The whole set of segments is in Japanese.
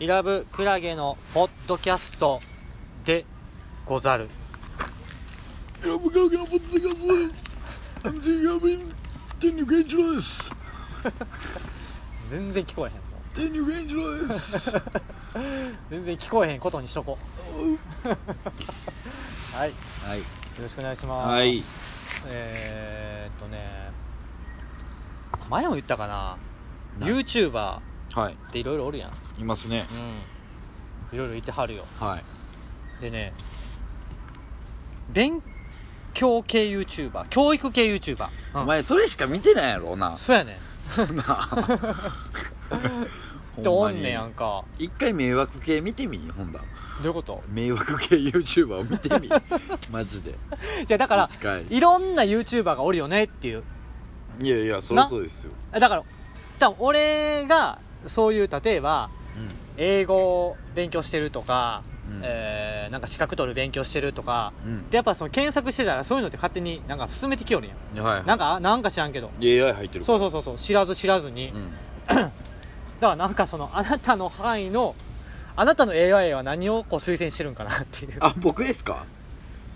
イラブクラゲのポッドキャストでござるイラブクラゲのポッドキャストです。天竜芸人、天竜健一郎です。全然聞こえへんもう天竜健一郎です。全然聞こえへんことにしとこ うはいよはい。ろしくお願いしますはいえー、っとね前も言ったかなな YouTuber はい。っていろいろおるやんいますね。いろいろいてはるよはい。でね勉強系 YouTuber 教育系 YouTuber、うんお前、それしか見てないやろ な。そうやねんなあっておんねやん。か一回迷惑系見てみ、ほんだ。どういうこと迷惑系 YouTuber を見て み。マジで。 じゃあだから一回いろんな YouTuber がおるよねっていういやいや、そりゃそうですよ。だから多分俺がそういう例えば英語を勉強してるとか、うんえーなんか資格取る勉強してるとかうん。でやっぱその検索してたらそういうのって勝手になんか進めてきよるやんうん。はい。なんかなんか知らんけど AI 入ってるそうそうそうそう知らず知らずに、うだん。からなんかそのあなたの範囲のあなたの AI は何をこう推薦してるんかなっていうだかあ、僕ですか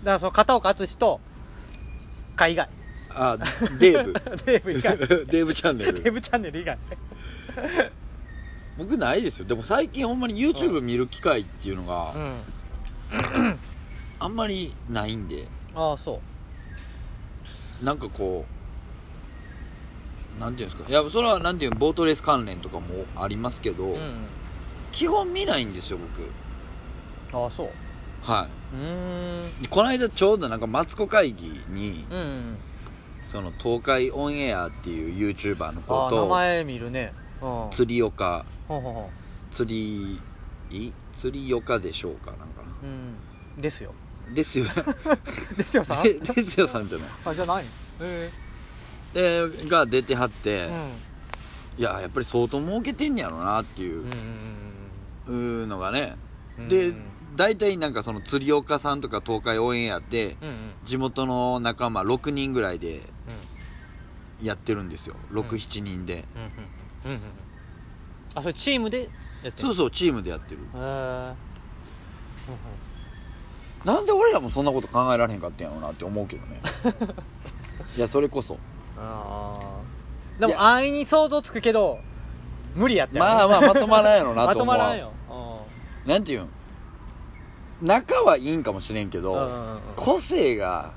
らその片岡淳と海外 あ、デ ーブ。デーブ以外デーブチャンネルデブチャンネル以外僕ないですよでも最近ほんまに YouTube 見る機会っていうのがうんあんまりないんでああそなんかこうなんていうんですかいやそれはなんていうのボートレース関連とかもありますけど、ううん基本見ないんですよ僕ああそうはうーんいでこの間ちょうどなんかマツコ会議にうんその東海オンエアっていう YouTuber のあ子あ名と前見るねうんほ釣り岡うほうほ釣りい釣り岡でしょうかなんかううんですよなですよですよさん でですよさんじゃないあじゃあ何えでが出てはっえて、うんいややっぱり相当儲けてんねやろなっていううんうんうーのがね、うんうんでうん大体なんかその釣り岡さんとか東海オンエアってうんうん地元の仲間6人ぐらいでうやってるんですようん67人んで、うんうんうんうんあそれチームでやってんそのうそうチームでやってるへえなんで俺らもそんなこと考えられへんかったんやろなって思うけど ねいやそれこそああでもいや安易に想像つくけど無理やったよねまあまあまとまらんやろなまとと思まうらんよなんていうん仲はいいんかもしれんけうんうんうんどうん個性が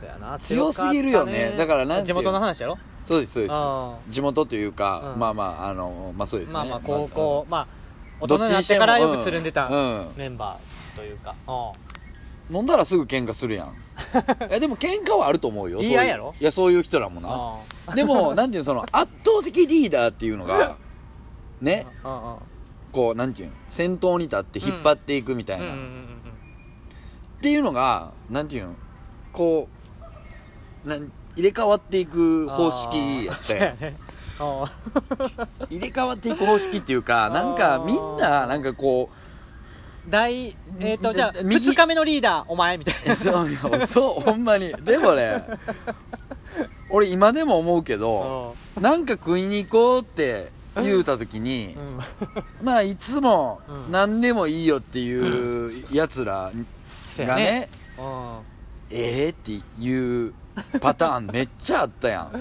そうやな強すぎる強かよったねねだからなんてい地う元の話やろそうですそうですあ地元というか、うんまあまああのまあそうですねまあまあ高校まあ大人になってからよくつるんでたうんメンバーというかうんうん飲んだらすぐ喧嘩するやん いやでも喧嘩はあると思うよ言いそう合ういやろいやそういう人らもなでもなんていうのその圧倒的リーダーっていうのがねうんうんこうなんていうの先頭に立って引っ張っていくみたいうんうんな、うんうっんていうのがなんていうのこうなん入れ替わっていく方式やっそうやてねう入れ替わっていく方式っていうかなあんかーみんななんかこうん第えっとじゃあ右2日目のリーダーお前みたいえそういやそうほんまにでもね俺今でも思うけなど、うんなんか食いに行こうって言うた時に、うんまあいつもうん何でもいいよっていうやつらそうやがねね、うんええー、っていうパターンめっちゃあったやん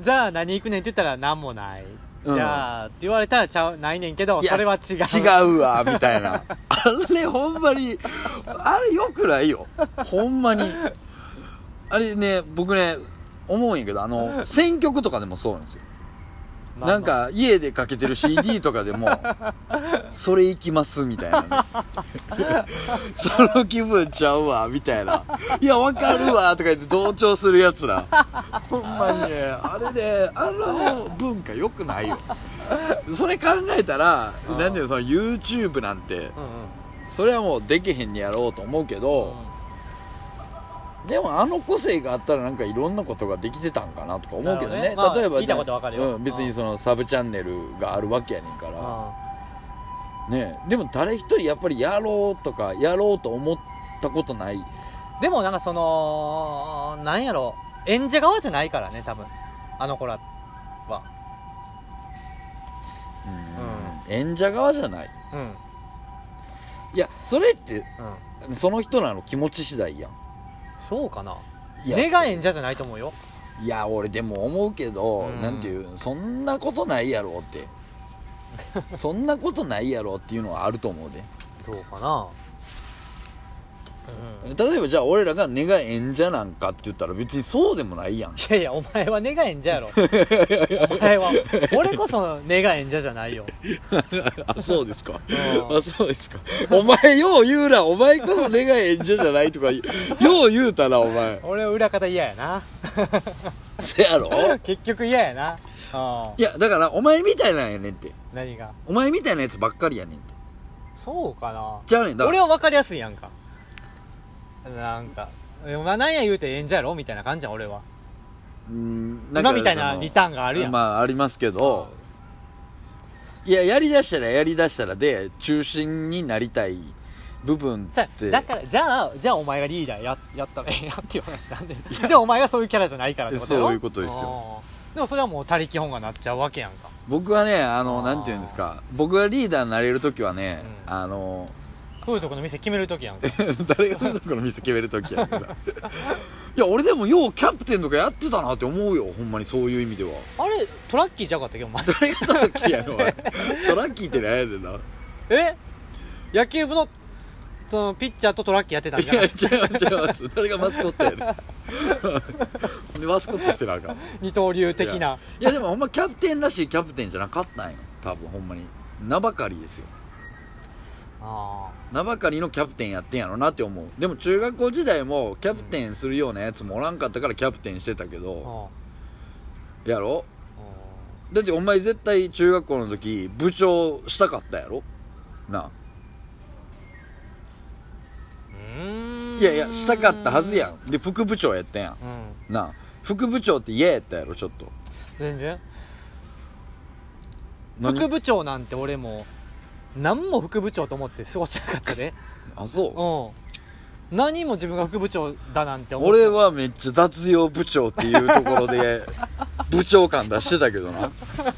じゃあ何行くねんって言ったら何もないうんじゃあって言われたらちゃうないねんけどいやそれは違う違うわみたいなあれほんまにあれよくないよほんまにあれね僕ね思うんやけどあの選曲とかでもそうなんですよまあまあなんか家でかけてる CD とかで もそれ行きますみたいなね その気分ちゃうわみたいないやわかるわとか言って同調するやつらほんまにねあれねあの文化良くないよそれ考えたらうん何ていうのその YouTube なんてうんうんそれはもうできへんにやろうと思うけど、でもあの個性があったらなんかいろんなことができてたんかなとか思うけどねなるほどねまあ例えば聞いたことわかるようん、別にそのサブチャンネルがあるわけやねんかうんら、ねえでも誰一人やっぱりやろうとかやろうと思ったことないでもなんかそのなんやろ演者側じゃないからね多分あの子らはうん演者側じゃないうんいやそれってうんその人らの気持ち次第やんそうかないや目が演者じゃないと思うよいや俺でも思うけど、うんなんていうそんなことないやろ ってそんなことないやろっていうのはあると思うでそうかなうん例えばじゃあ俺らが根が演者なんかって言ったら別にそうでもないやんいやいやお前は根が演者や ろお前は俺こそ根が演者じゃないよ あそうですかうんあそうですかお前よう言うなお前こそ根が演者じゃないとかよう言うたなお前俺は裏方嫌やなせやろ結局嫌やなあいやだからお前みたいなんやねんって何がお前みたいなやつばっかりやねんってそうかなじゃあねんだか俺らは分かりやすいやんかなんかえまあなんや言うて演者やろみたいな感じやん俺はうーんなんか今みたいなそのリターンがあるやん、まあありますけどいややりだしたらやりだしたらで中心になりたい部分じゃっあてだからじゃあじゃあお前がリーダーややったらええやんっていう話なんででもお前はそういうキャラじゃないからってことやろそういうことですようんでもそれはもう他力本がなっちゃうわけやんか僕はねあのあーなんていうんですか僕がリーダーになれる時はね、うんあの 風俗の店決めるときやんか誰が風俗の店決める時やからいや俺でもようキャプテンとかやってたなって思うよほんまにそういう意味ではあれトラッキーじゃなかったっけお 前誰がトラッキーやろおいトラッキーって何やねんなえ野球部のそのピッチャーとトラッキーやってたんいじゃなやい違います違います誰がマスコットやねん でマスコットしてなあかん二刀流的ないやでもほんまキャプテンらしいキャプテンじゃなかったんよ多分ほんまに名ばかりですよあ名ばかりのキャプテンやってんやろなって思うでも中学校時代もキャプテンするようなやつもおらんかったからキャプテンしてたけーどあやろーあだってお前絶対中学校の時部長したかったやろなーうーんいやいやしたかったはずやんで副部長やったやうんんな副部長って嫌やったやろちょっと全然何副部長なんて俺も何も副部長と思って過ごせなかったであそううん何も自分が副部長だなんて思って俺はめっちゃ雑用部長っていうところで部長感出してたけどな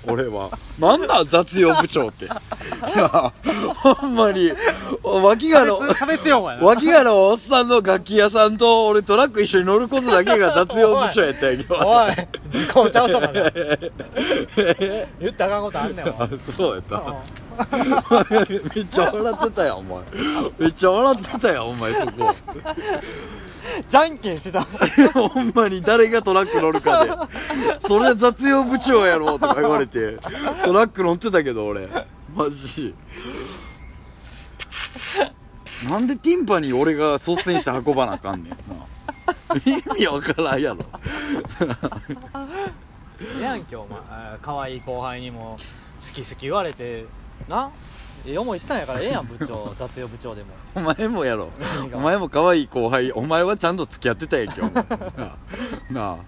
俺はなんだ雑用部長っていやほんまに脇がの差別用語やな脇がのおっさんの楽器屋さんと俺トラック一緒に乗ることだけが雑用部長やったんやけどおい時効ちゃうそばな言ったらあかんことあんねんわあそうやったうめっちゃ笑ってたやんお前めっちゃ笑ってたやんお前そこんじゃんけんしてた ほんまに誰がトラック乗るかで、それ雑用部長やろとか言われて、トラック乗ってたけど俺、マジ。なんでティンパに俺が率先して運ばなあかんねんな。意味わからんやろ。ええやん今日お前あー可愛い後輩にも好き好き言われてなええ思いしたんやからええやん部長雑用部長でもお前もやろ何。がお前も可愛い後輩、お前はちゃんと付き合ってたやんけ、お前。なあ。なあ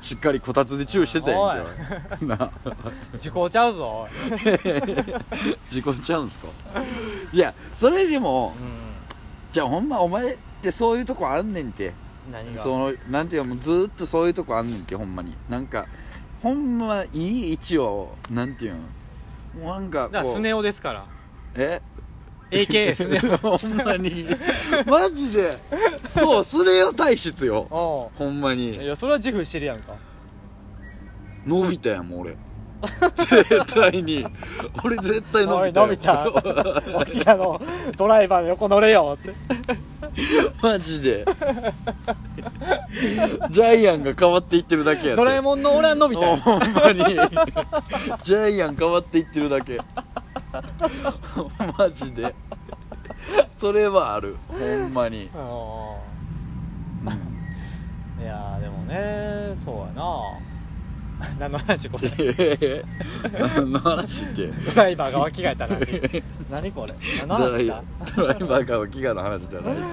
しっかりこたつでチューしてたやんけ。なあ。時効ちゃうぞおい事故ちゃうんすかいや、それでも、うじゃあほんまお前ってそういうとこあんねんてん何がそのなんていうのもうずーっとそういうとこあんねんてほんまになんかほんまいい位置をなんていうのもうなんかだからこスうネ夫ですからえ AKA スネほんまにマジでそうスネ夫体質よ夫ほんまうんいにやそれは自負してるやんか伸びたやもん俺絶対に俺絶対伸おびいたや伸んびた沖縄のドライバーの横乗れよってマジでジャイアンが変わっていってるだけやってドラえもんの俺は伸びたよ ほんまにジャイアン変わっていってるだけマジでそれはあるほんまに、ううんんいやーでもねそうやな何の話これえへへ何の話ってドライバーが着替えた話何これ何のドラ話イだドライバーが飢餓の話じゃないで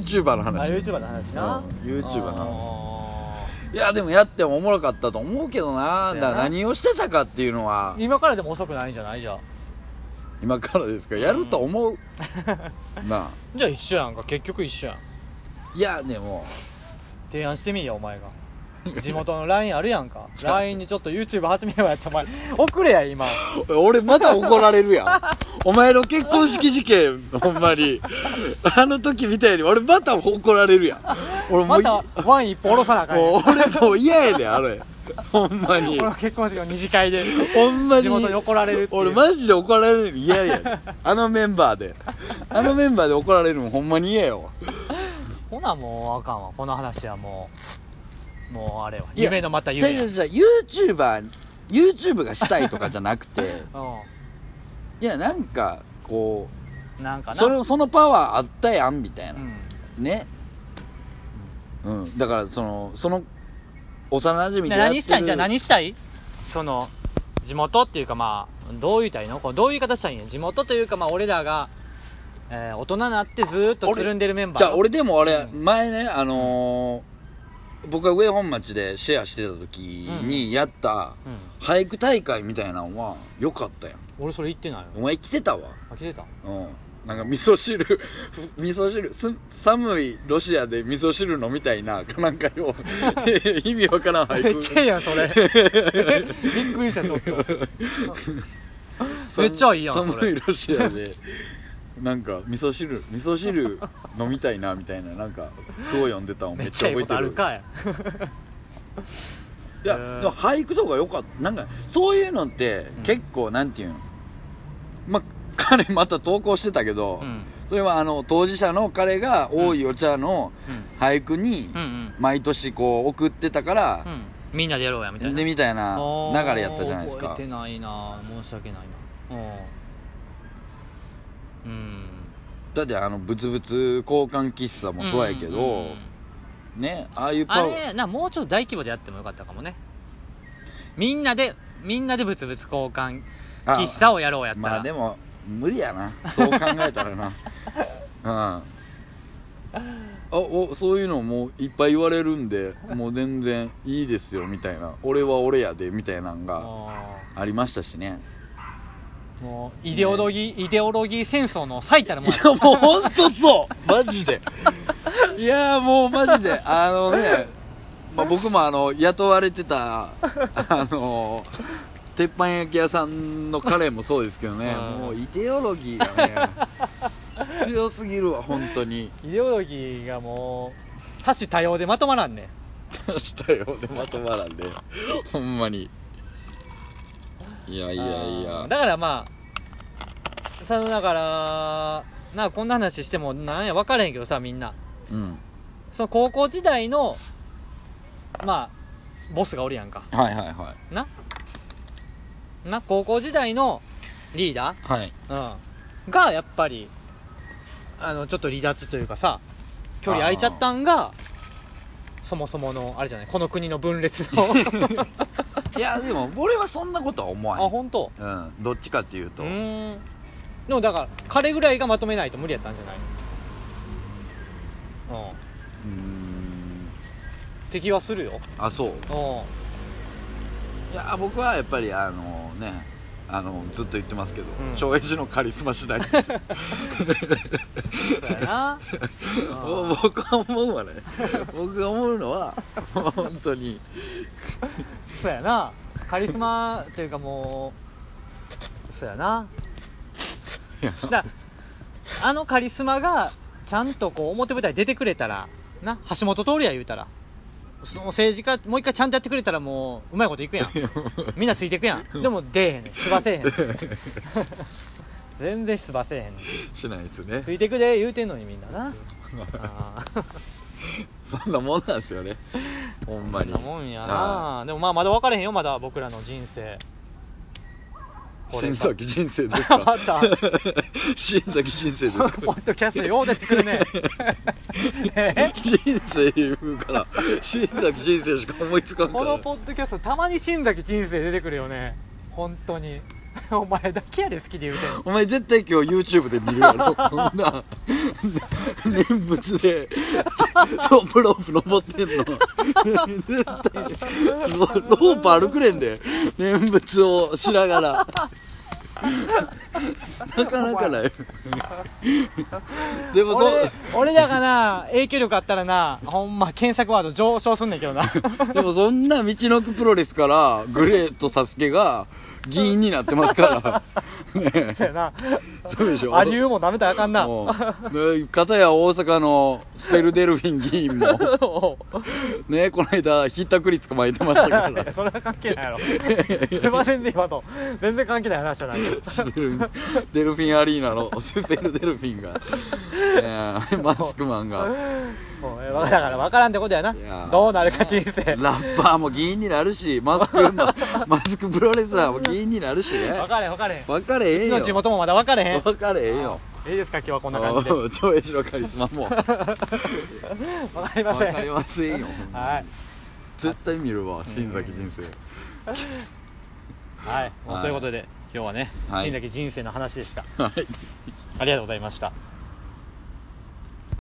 す YouTuber のあ話 YouTuber の話なうん YouTuber のいやでもやってもおもろかったと思うけどなそうだやかなら何をしてたかっていうのは今からでも遅くないんじゃないじゃあ今からですからやると 思う、なあじゃあ一緒やんか結局一緒やんいやでも提案してみいやお前が地元の LINE あるやんか LINE にちょっと YouTube 始めようやってお前遅れや今俺また怒られるやんお前の結婚式事件ほんまにあの時みたいに俺また怒られるやん俺もまういたワイン一本おろさなあかんやんもう俺もう嫌やであれほんまにこの結婚式の二次会でほんまに地元に怒られるっていう俺マジで怒られるの嫌やあのメンバーであのメンバーで怒られるのほんまに嫌やわほなもうあかんわこの話はもうもうあれはいや夢のまたじゃ夢じやゃじゃ YouTuber YouTube がしたいとかじゃなくてういやなんかこんなんかうなそれそのパワーあったやんみたいうな、んね、うん、だからそのその幼馴染でなやって何るしたいんじゃあ何したいその地元っていうかまあどう言いたらいいのこうどういう言い方したらいいんや地元というかまあ俺らが、えー大人になってずーっとつるんでるメンバーじゃあ俺でもあれ、うん前ねあのー僕が上本町でシェアしてた時にやったうん、俳句大会みたいなのは良かったやん俺それ言ってないよお前来てたわあ来てたうんなんか味噌汁 味噌汁す寒いロシアで味噌汁飲みたいななんかよう 意味わからん め俳っちゃ句いいやん それびっくりしたちょっとめっちゃいい やんそれ寒いロシアで なんか味噌汁味噌汁飲みたいなみたいななんか句を読んでたのめめっっちちゃゃいいこ覚えてとあるるかいいや、へーでも俳句とかよかったなんかそういうのってうん結構、なんていうのまあ彼また投稿してたけど、うんそれはあの当事者の彼が「多いお茶」のうん俳句にうんうん毎年こう送ってたからう、んみんなでやろうやみたいなでみたいなあー流れやったじゃないですか覚えてないな申し訳ないなうんうんだってあのブツブツ交換喫茶もそうやけど、んんうんねああいうパあワれなもうちょっと大規模でやってもよかったかもねみんなでみんなでブツブツ交換あ喫茶をやろうやったら、まあでも無理やなそう考えたらな うんあおそういうのもういっぱい言われるんでもう全然いいですよみたいな俺は俺やでみたいなんがあありましたしねーもうイデオロギー、イデオロギー戦争の最たるもい のややもうほんとそうマジでいやもうマジであのね、まあ、僕もあの雇われてたあの鉄板焼き屋さんのカレーもそうですけどねうんもうイデオロギーがね強すぎるわ本当にイデオロギーがもう多種多様でまとまらんねしたよでまとまらんでほんまにいやいいやいやだからまあそのだからなこんな話してもなんや分からへんけどさみんなうんその高校時代のまあボスがおるやんかはいはいはいなな高校時代のリーダはいー、うん、がやっぱりあのちょっと離脱というかさ距離空いちゃったんがそもそものあれじゃないこの国の分裂の いやでも俺はそんなことは思あわ本当へん、うん、どっちかっていううとーんでもだから彼ぐらいがまとめないと無理やったんじゃないのうんうーんって気はするよあそうういや僕はやっぱりあのねあのずっと言ってますけどうん超英寺のカリスマ次第です んそうやなうん僕は思うわね僕が思うのは本当にそうやなカリスマというかもうそうやなだあのカリスマがちゃんとこう表舞台出てくれたらな橋本徹や言うたらその政治家もう一回ちゃんとやってくれたらもううまいこといくやんみんなついていくやんでも出えへんねん出馬せえへん 全然出馬せえへんねんしないですねついてくで言うてんのにみんななあーそんなもんなんですよねほんまそんになもんやはなでもまあまだ分かれへんよまだ僕らの人生いこれ新か崎人生です まかた新崎人生ですかポッドキャストよう出てくるねね人生言うから新崎人生しか思いつかんかこらのポッドキャストたまに新崎人生出てくるよね本当に お前だけやで好きで言うてんのお前絶対今日 YouTube で見るや ろこんな念仏でトップロープ登ってんの絶対ロロープ歩くれんで念仏をしながらなかなかないでもそう俺俺だがな影響力あったらなほんま検索ワード上昇すんねんけどなでもそんな道のくプロレスからグレートサスケが議員になってますからねそうやなそうでしょアリウも舐めたらあかんなもうで片や大阪のスペルデルフィン議員もねこの間ひったくり捕まえてましたか いや らそれは関係ないやろ それは全然今と全然関係ない話じゃないスペルデルフィンアリーナのスペルデルフィンが、ねマスクマンがもうえだから分からんってことやないやーどうなるか人生分ラッパーも議員になるしマ スクママスクプロレスラーも議員になるしねかれへん分かれへんう分かれへちんのよ地元もまだ分かれへん分かれへんよいいですか今日はこんな感じでうん 超えしろカリスマ も分分かりませんかりませんよほんまにはい絶対見るわ新崎人生はい、もうはいそういうことで今日はね、はい新崎人生の話でしたはいありがとうございました